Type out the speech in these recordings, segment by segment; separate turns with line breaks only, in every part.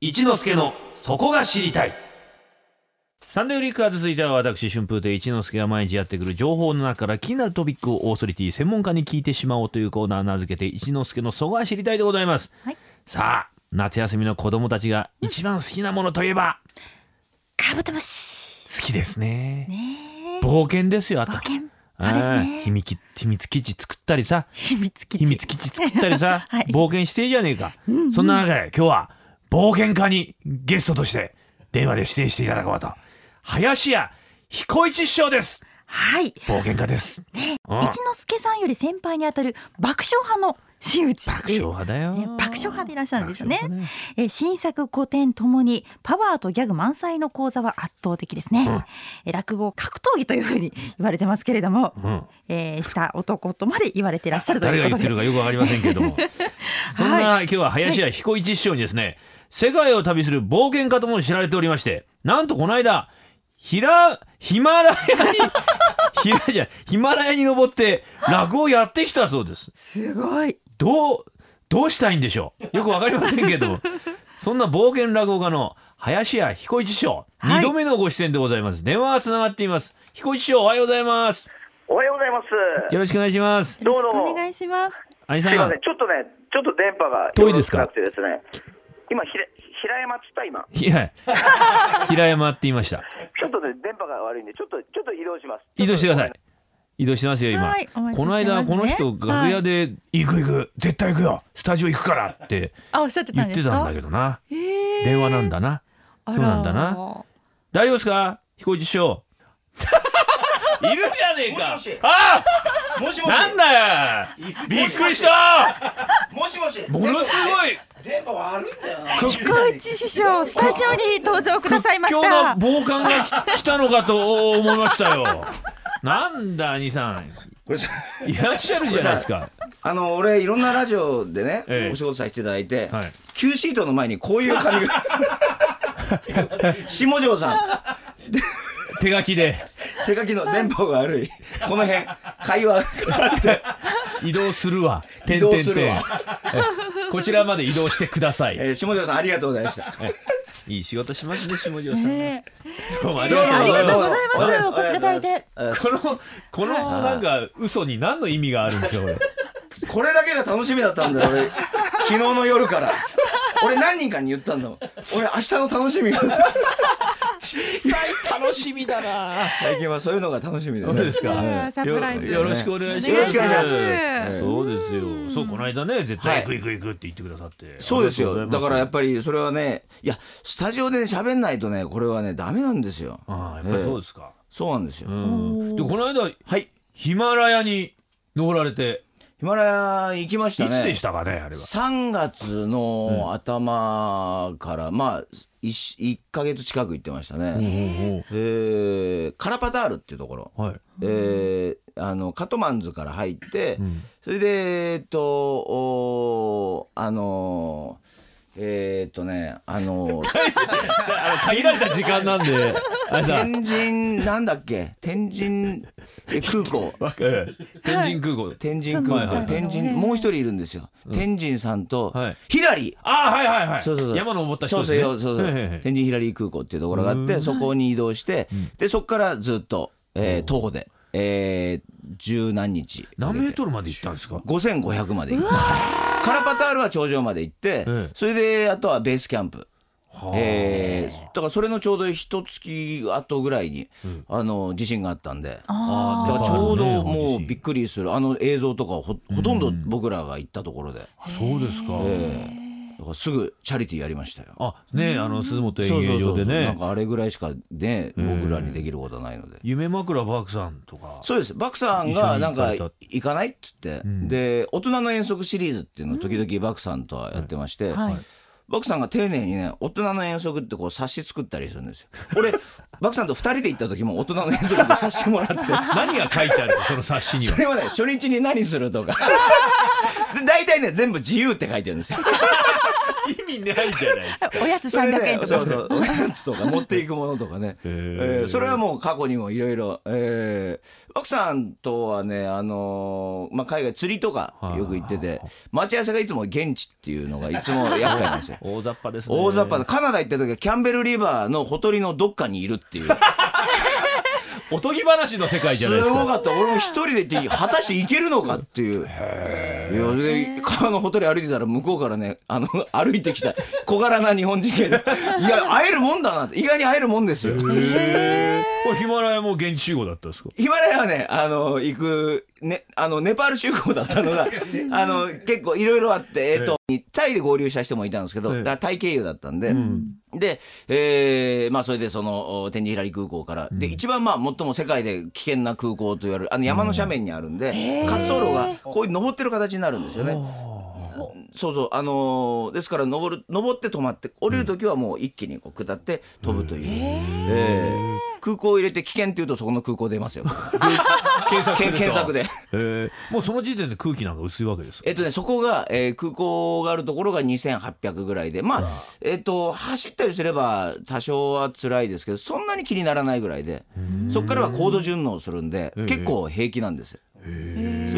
一之助のそこが知りたいサンデーウィークは続いては私春風亭一之輔が毎日やってくる情報の中から気になるトピックをオーソリティ専門家に聞いてしまおうというコーナー名付けて一之輔のそこが知りたいでございます、
はい
さあ夏休みの子供たちが一番好きなものといえば、
カブトムシ
好きですね
ねえ
冒険ですよあと
冒険そうです
ん
ね
秘密秘密基地作ったりさ
秘密基地
秘密基地作ったりさ、
はい
冒険していいじゃねえか、そんな中で今日は冒険家にゲストとして電話で指定していただこうと林家彦一師匠です
はい
冒険家です、うん
一之輔さんより先輩にあたる爆笑派の真打ち
爆笑派だよ、
ね爆笑派でいらっしゃるんですよね
爆笑派だ
えー新作古典ともにパワーとギャグ満載の講座は圧倒的ですね、
うん
えー落語格闘技というふうに言われてますけれども、
うん
えーした男とまで言われていらっしゃる と
誰
いう
が
こ
言
と
って
で
るかよくわかりませんけ どもそんな今日は林家彦一師匠にですね世界を旅する冒険家とも知られておりましてなんとこの間ひらヒマラヤに ひらじゃヒマラヤに登って落語をやってきたそうです
すごい
どうどうしたいんでしょうよくわかりませんけどもそんな冒険落語家の林家彦一師匠、二
はい
度目のご出演でございます電話がつながっています彦一師匠おはようございます
おはようございます。
よろしくお願いします
よ
ど
ろ
う
しく
も
お願いします
兄
す
さ
みま
ん
せん、ちょっとね、ちょっと電波が
遠いですか
よろしくなくてですね。今ひら平山っつった今。
いや平山って言いました
ちょっとね電波が悪いんで、ちょっとちょっと移動します。
移動してください。移動してますよ今、
はいお待ち
こ
して
の
ますね
間この人楽屋で「行く行く絶対行くよスタジオ行くから」って
あおっしゃってた
言
ん
っ
で
て
す
たん
か
だけどな、
えー
電話なんだな
あら
そうなんだな大丈夫ですか彦一師匠いるじゃねえか
もしもし
あ
もしもし
なんだよびっくりした
もしもし
ものすごい
電波悪いんだよな
彦一師 匠スタジオに登場くださいまし
今
た
日の暴漢が来たのかと思いましたよなんだ兄さ
これさ
んいらっしゃるじゃないですか
あの俺いろんなラジオでね、
ええ
お仕事させていただいて、
はい
Q シートの前にこういう紙 が下條さ
手書きで
ん手書きの電波が悪いこの辺会話があって
移動するわ。
移動するわ
てんてんてん。えこちらまで移動してください。
えー下條さんありがとうございました
いい仕事しますね、下條さんね。
ね
どうもあり
どう
が
も
とうござい
ありがと
ま
う
す。
ございます
どうもお越しいただいて
ありがとうございます
この、このなんか嘘に何の意味があるんですか、これ。
これだけが楽しみだったんだよ俺昨日の夜から俺何人かに言ったんだもん俺明日の楽しみが
小さい楽しみだな。
最近はそういうのが楽しみで、
どうですか。
うんサプライズ
よよろしくお願いします。
お願いします
そうですよ。そう、この間ね、絶
は
対
い
行く行く行くって言ってくださって。
そうですよ。だからやっ
ぱ。
ぱりそれはね、いや、スタジオでね、喋んないとね、これはね、ダメなんですよ。
ああ、やっぱりそうですか。
そうなんですよ。
うん。で、この間、
はい。
ヒマラヤに登られて。
ヒマラヤ行きまし
い
た
つ
ね。
でしたかね、あれは。
3月の頭から、まあ、1, 1ヶ月近く行ってました
ほう
ね。
ほ
えーカラパタールっていうところ。
うほうはい。
えーあのカトマンズから入って、
ん
それでえーっとおーあのーえーっとねあの ー
あの限られた時間なん で、あれさ、
天神なんだっけ天神 え空港
わかる天神空港。
天神空
はいはいは
港
い
天神もう一人いるんですよ天神さんと
はい
ヒラリー
ああ、はいはいはい。
そうそうそう
山登った
そ
人
う
です
そ
ね。
うそうそう
はいはい
天神ヒラリー空港っていうところがあってそこに移動してでそこからずっとえー徒歩でえー十何日
何メートルまで行ったんですか
5500まで行ったカラパタールは頂上まで行って
え
それであとはベースキャンプ
はあ
えーだからそれのちょうど一月後ぐらいに、あの地震があったんで。
あ
だからちょうどもう
ね
びっくりするあの映像とかほほとんど僕らが行ったところで、
そうですか。
えーだからすぐチャリティーやりましたよ。
あ、ね、あの、鈴本
そ
演
うそ
芸
うそ
場
う
で
なん
ね、
かあれぐらいしかね僕らにできることはないので。
夢枕バークさんとか。
そうですバクさんがなんか
一緒に行かれた
行かないっつって、で大人の遠足シリーズっていうのを時々バクさんとはやってまして、
はい
バクさんが丁寧にね大人の遠足ってこう冊子作ったりするんですよ俺バクさんと2人で行った時も大人の遠足で冊子もらって
何が書いてあるのその冊子に
そ
は。
れはね初日に何するとかで大体ね全部自由って書いてるんですよ
意味ないじゃないですか。
おやつ
それ
300
で
円と
そう
か
そう おやつとか持っていくものとかね、
へー
えーそれはもう過去にもいろいろえー奥さんとはね、あのーまあ、海外釣りとかよく行ってて待ち合わせがいつも現地っていうのがいつも厄介なんで すよ
大雑把ですね。
大雑把でカナダ行った時はキャンベルリバーのほとりのどっかにいるっていう
おとぎ話の世界じゃない
す
です
ご
か。
かった俺も一人で行って果たして行けるのかっていういやで川のほとり歩いてたら向こうからねあの歩いてきた小柄な日本人系でいや会えるもんだなって意外に会えるもんですよ
へえ。ヒマラヤも現地集合だったんですか。
ヒマラヤはね、あの、行く、ね、あの、ネパール集合だったのが、あの、結構いろいろあって、えっ、と、タイで合流した人もいたんですけど、
ええ
だからタイ経由だったんで、で、えーまあ、それでその、お天理ヒラリ空港から、で、一番まあ、最も世界で危険な空港と言われる、あの、山の斜面にあるんで、滑走路がこういう登ってる形になるんですよね。そうそう、あのーですから登る登って止まって降りる時はもう一気にこう下って飛ぶという、えー空港を入れて危険っていうとそこの空港出ますよ
検索す
け
ると
検索。で
へ えもうその時点で空気なんか薄いわけですか。
えっとねそこが、えー空港があるところが2800ぐらいでまあえっと走ったりすれば多少は辛いですけどそんなに気にならないぐらいでそこからは高度順応するんで
ええ
結構平気なんですよそれ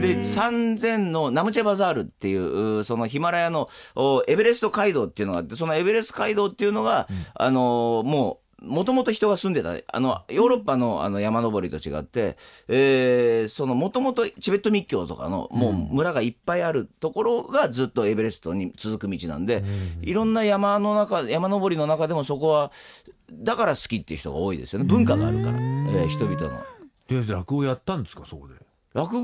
で3000のナムチェバザールっていううそのヒマラヤのおエベレスト街道っていうのがあってそのエベレスト街道っていうのが、あのーもうもともと人が住んでたあのヨーロッパのあの山登りと違って、えーそのもともとチベット密教とかのもう村がいっぱいあるところがずっとエベレストに続く道なんで、いろんな山の中山登りの中でもそこはだから好きっていう人が多いですよね文化があるから、えー人々の。
で落語やったんですかそこで。
落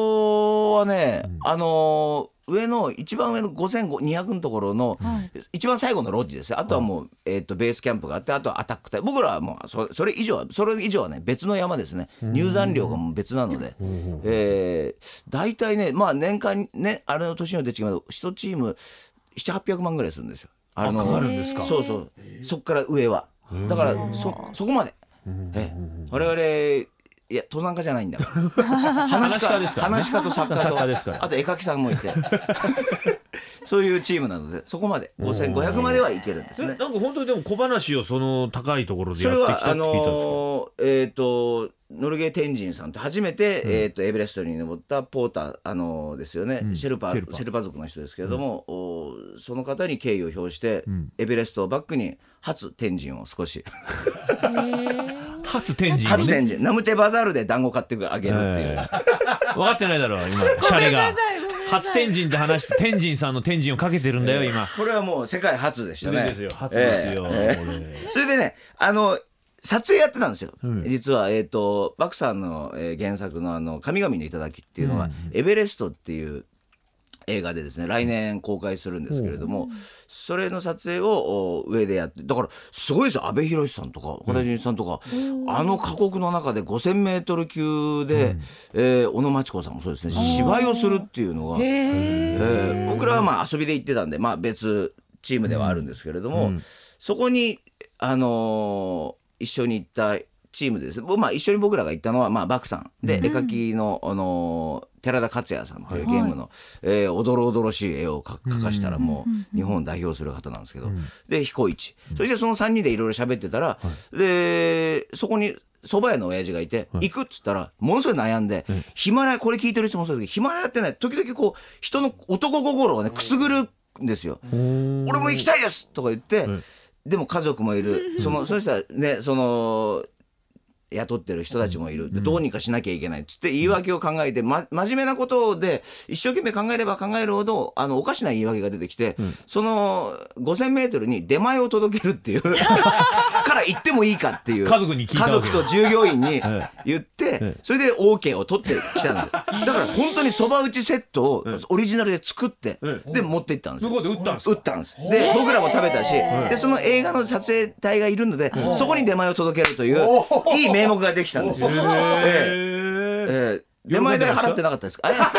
語はね、あのー上の一番上の5200のところの、
はい
一番最後のロッジですよあとはもう、えー、とベースキャンプがあってあとはアタック隊僕らはもうそそれ以上はそれ以上はね別の山ですね入山料がもう別なので、えー、大体ねまあ年間ねあれの年によって違うけど1チーム700800万ぐらいするんですよ。あの
あかかるんですか
そうそうそっから上はだからそそこまで、ええ我々いや登山家じゃないんだから 話
話し家ですからね
話し家と作家と
作家ですから
あと絵描きさんもい てそういうチームなのでそこまで5500まではいけるんです
えなん
ね。
か本当にでも小話をその高いところで
そ
やっ
れ
てきたっ
は
て聞い
あ
たんですか。
のーえっ、とノルゲー天神さんって初めて、えっ、とエベレストに登ったポーターあのーですよね、
うん
シェルパ
シェルパ
シェルパ族の人ですけれども、おーその方に敬意を表して、エベレストをバックに初天神を少し
初天神。
初天神ナムチェバザールで団子買ってあげるっていう。
ええ分かってないだろう今シャレが初天神って話して天神さんの天神をかけてるんだよ今
これはもう世界初でしたね。
ですよ初ですよ、
ええええそれでね、あの、撮影やってたんですよ。実は、えっ、と、バクさんの、えー原作のあの、神々の頂きっていうのが、エベレストっていう映画でですね、来年公開するんですけれども、それの撮影をお上でやって、だから、すごいですよ。安倍博さんとか、岡田准一さんとか、あの過酷の中で5000メートル級で、えー小野真知子さんもそうですね、芝居をするっていうのが、えー僕らはまあ遊びで行ってたんで、まあ、別チームではあるんですけれども、そこに、あのー一緒に行ったチームでですね、ぼまあ、一緒に僕らが行ったのは、まあ、バクさんで、絵描きの、あのー寺田克也さんというゲームの、えーおどろおどろしい絵をか描かしたらもう日本を代表する方なんですけど、で彦一そしてその3人でいろいろ喋ってたら、でそこに蕎麦屋の親父がいて、行くっつったら、ものすごい悩んで、ヒマラヤ、これ聞いてる人もそうですけど、ヒマラヤってね、時々こう、人の男心をね、くすぐるんですよ。俺も行きたいですとか言って、でも家族もい る、その、そしたらね、その、雇ってる人たちもいる、でどうにかしなきゃいけないっつって言い訳を考えて、ま、真面目なことで一生懸命考えれば考えるほどあのおかしな言い訳が出てきて、その5000メートルに出前を届ける っていうから行ってもいいかっていう
家族に聞いたわ
家
け
族と従業員 に
え
言って、
え
それで OK を取ってきたん ですよだから本当にそば打ちセットをオリジナルで作って、
ええ
で持って行ったんです
そ
よ
こで打ったんです
打っ
か
たんですで僕らも食べたしでその映画の撮影隊がいるのでそこに出前を届けるといういい名目ができたんですよ、ええ
へえ
ええ出前代払ってなかったですかあ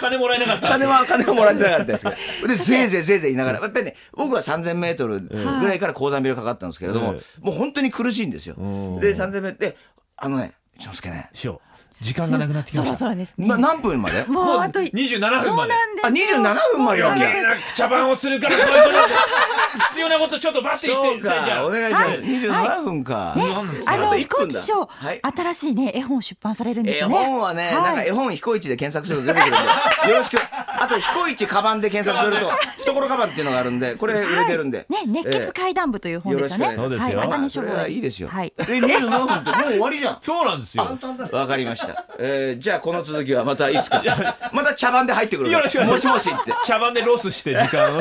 金もらえなかった
金 は金はもらってなかったですけ どでぜいぜいぜいぜい言いながらやっぱりね僕は 3000m ぐらいから高山病かかったんですけれども、
え
もう本当に苦しいんですよ、
ん
で 3000m であのね一之輔ね
師匠時間がなくなってきました
そうそうですね。
な何分 まで
もうあと
二十七分
そ
ま
う
で。
なんです
あ27分まで
そう
よ
なんです
ね
茶番をするからポイントなんで必要なことちょっとバッて言って
そ
せん
う
ちゃ
か
ん
お願いします、
はい
27分か、
ねそうなんですよ
あ
あ
の
と
飛
一
行
分
機
だ
賞、
はい
新しいね絵本出版されるんです
絵
よね。
本はね、
い
なんか絵本彦一で検索すると出てくるんでよろしくあと彦一カバンで検索すると懐カバンっていうのがあるんでこれ売れてるんで、
ね熱血怪談部という本ですよね。
よろ
しくお願いしますそうで
はい、
すよ
またね
そ
書
れ
房
は
で
いいですよ、
はい。
え27分ってもう終わりじゃん
そうなんですよ。
わかりました、えーじゃあこの続きはまたいつかまた茶番で入ってくるから
よろしくお願
も
いし
し
ま
も
す
しって
茶番でロスして時 間を。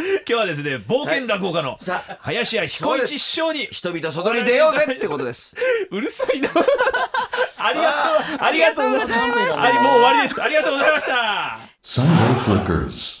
今日はですね冒険落語家の
さあ
林家彦一師匠に
人々外に出ようぜってことです
うるさい な。ありがとうありがとうございました。ありもう終わりです。ありがとうございました。
Sunday Flickers.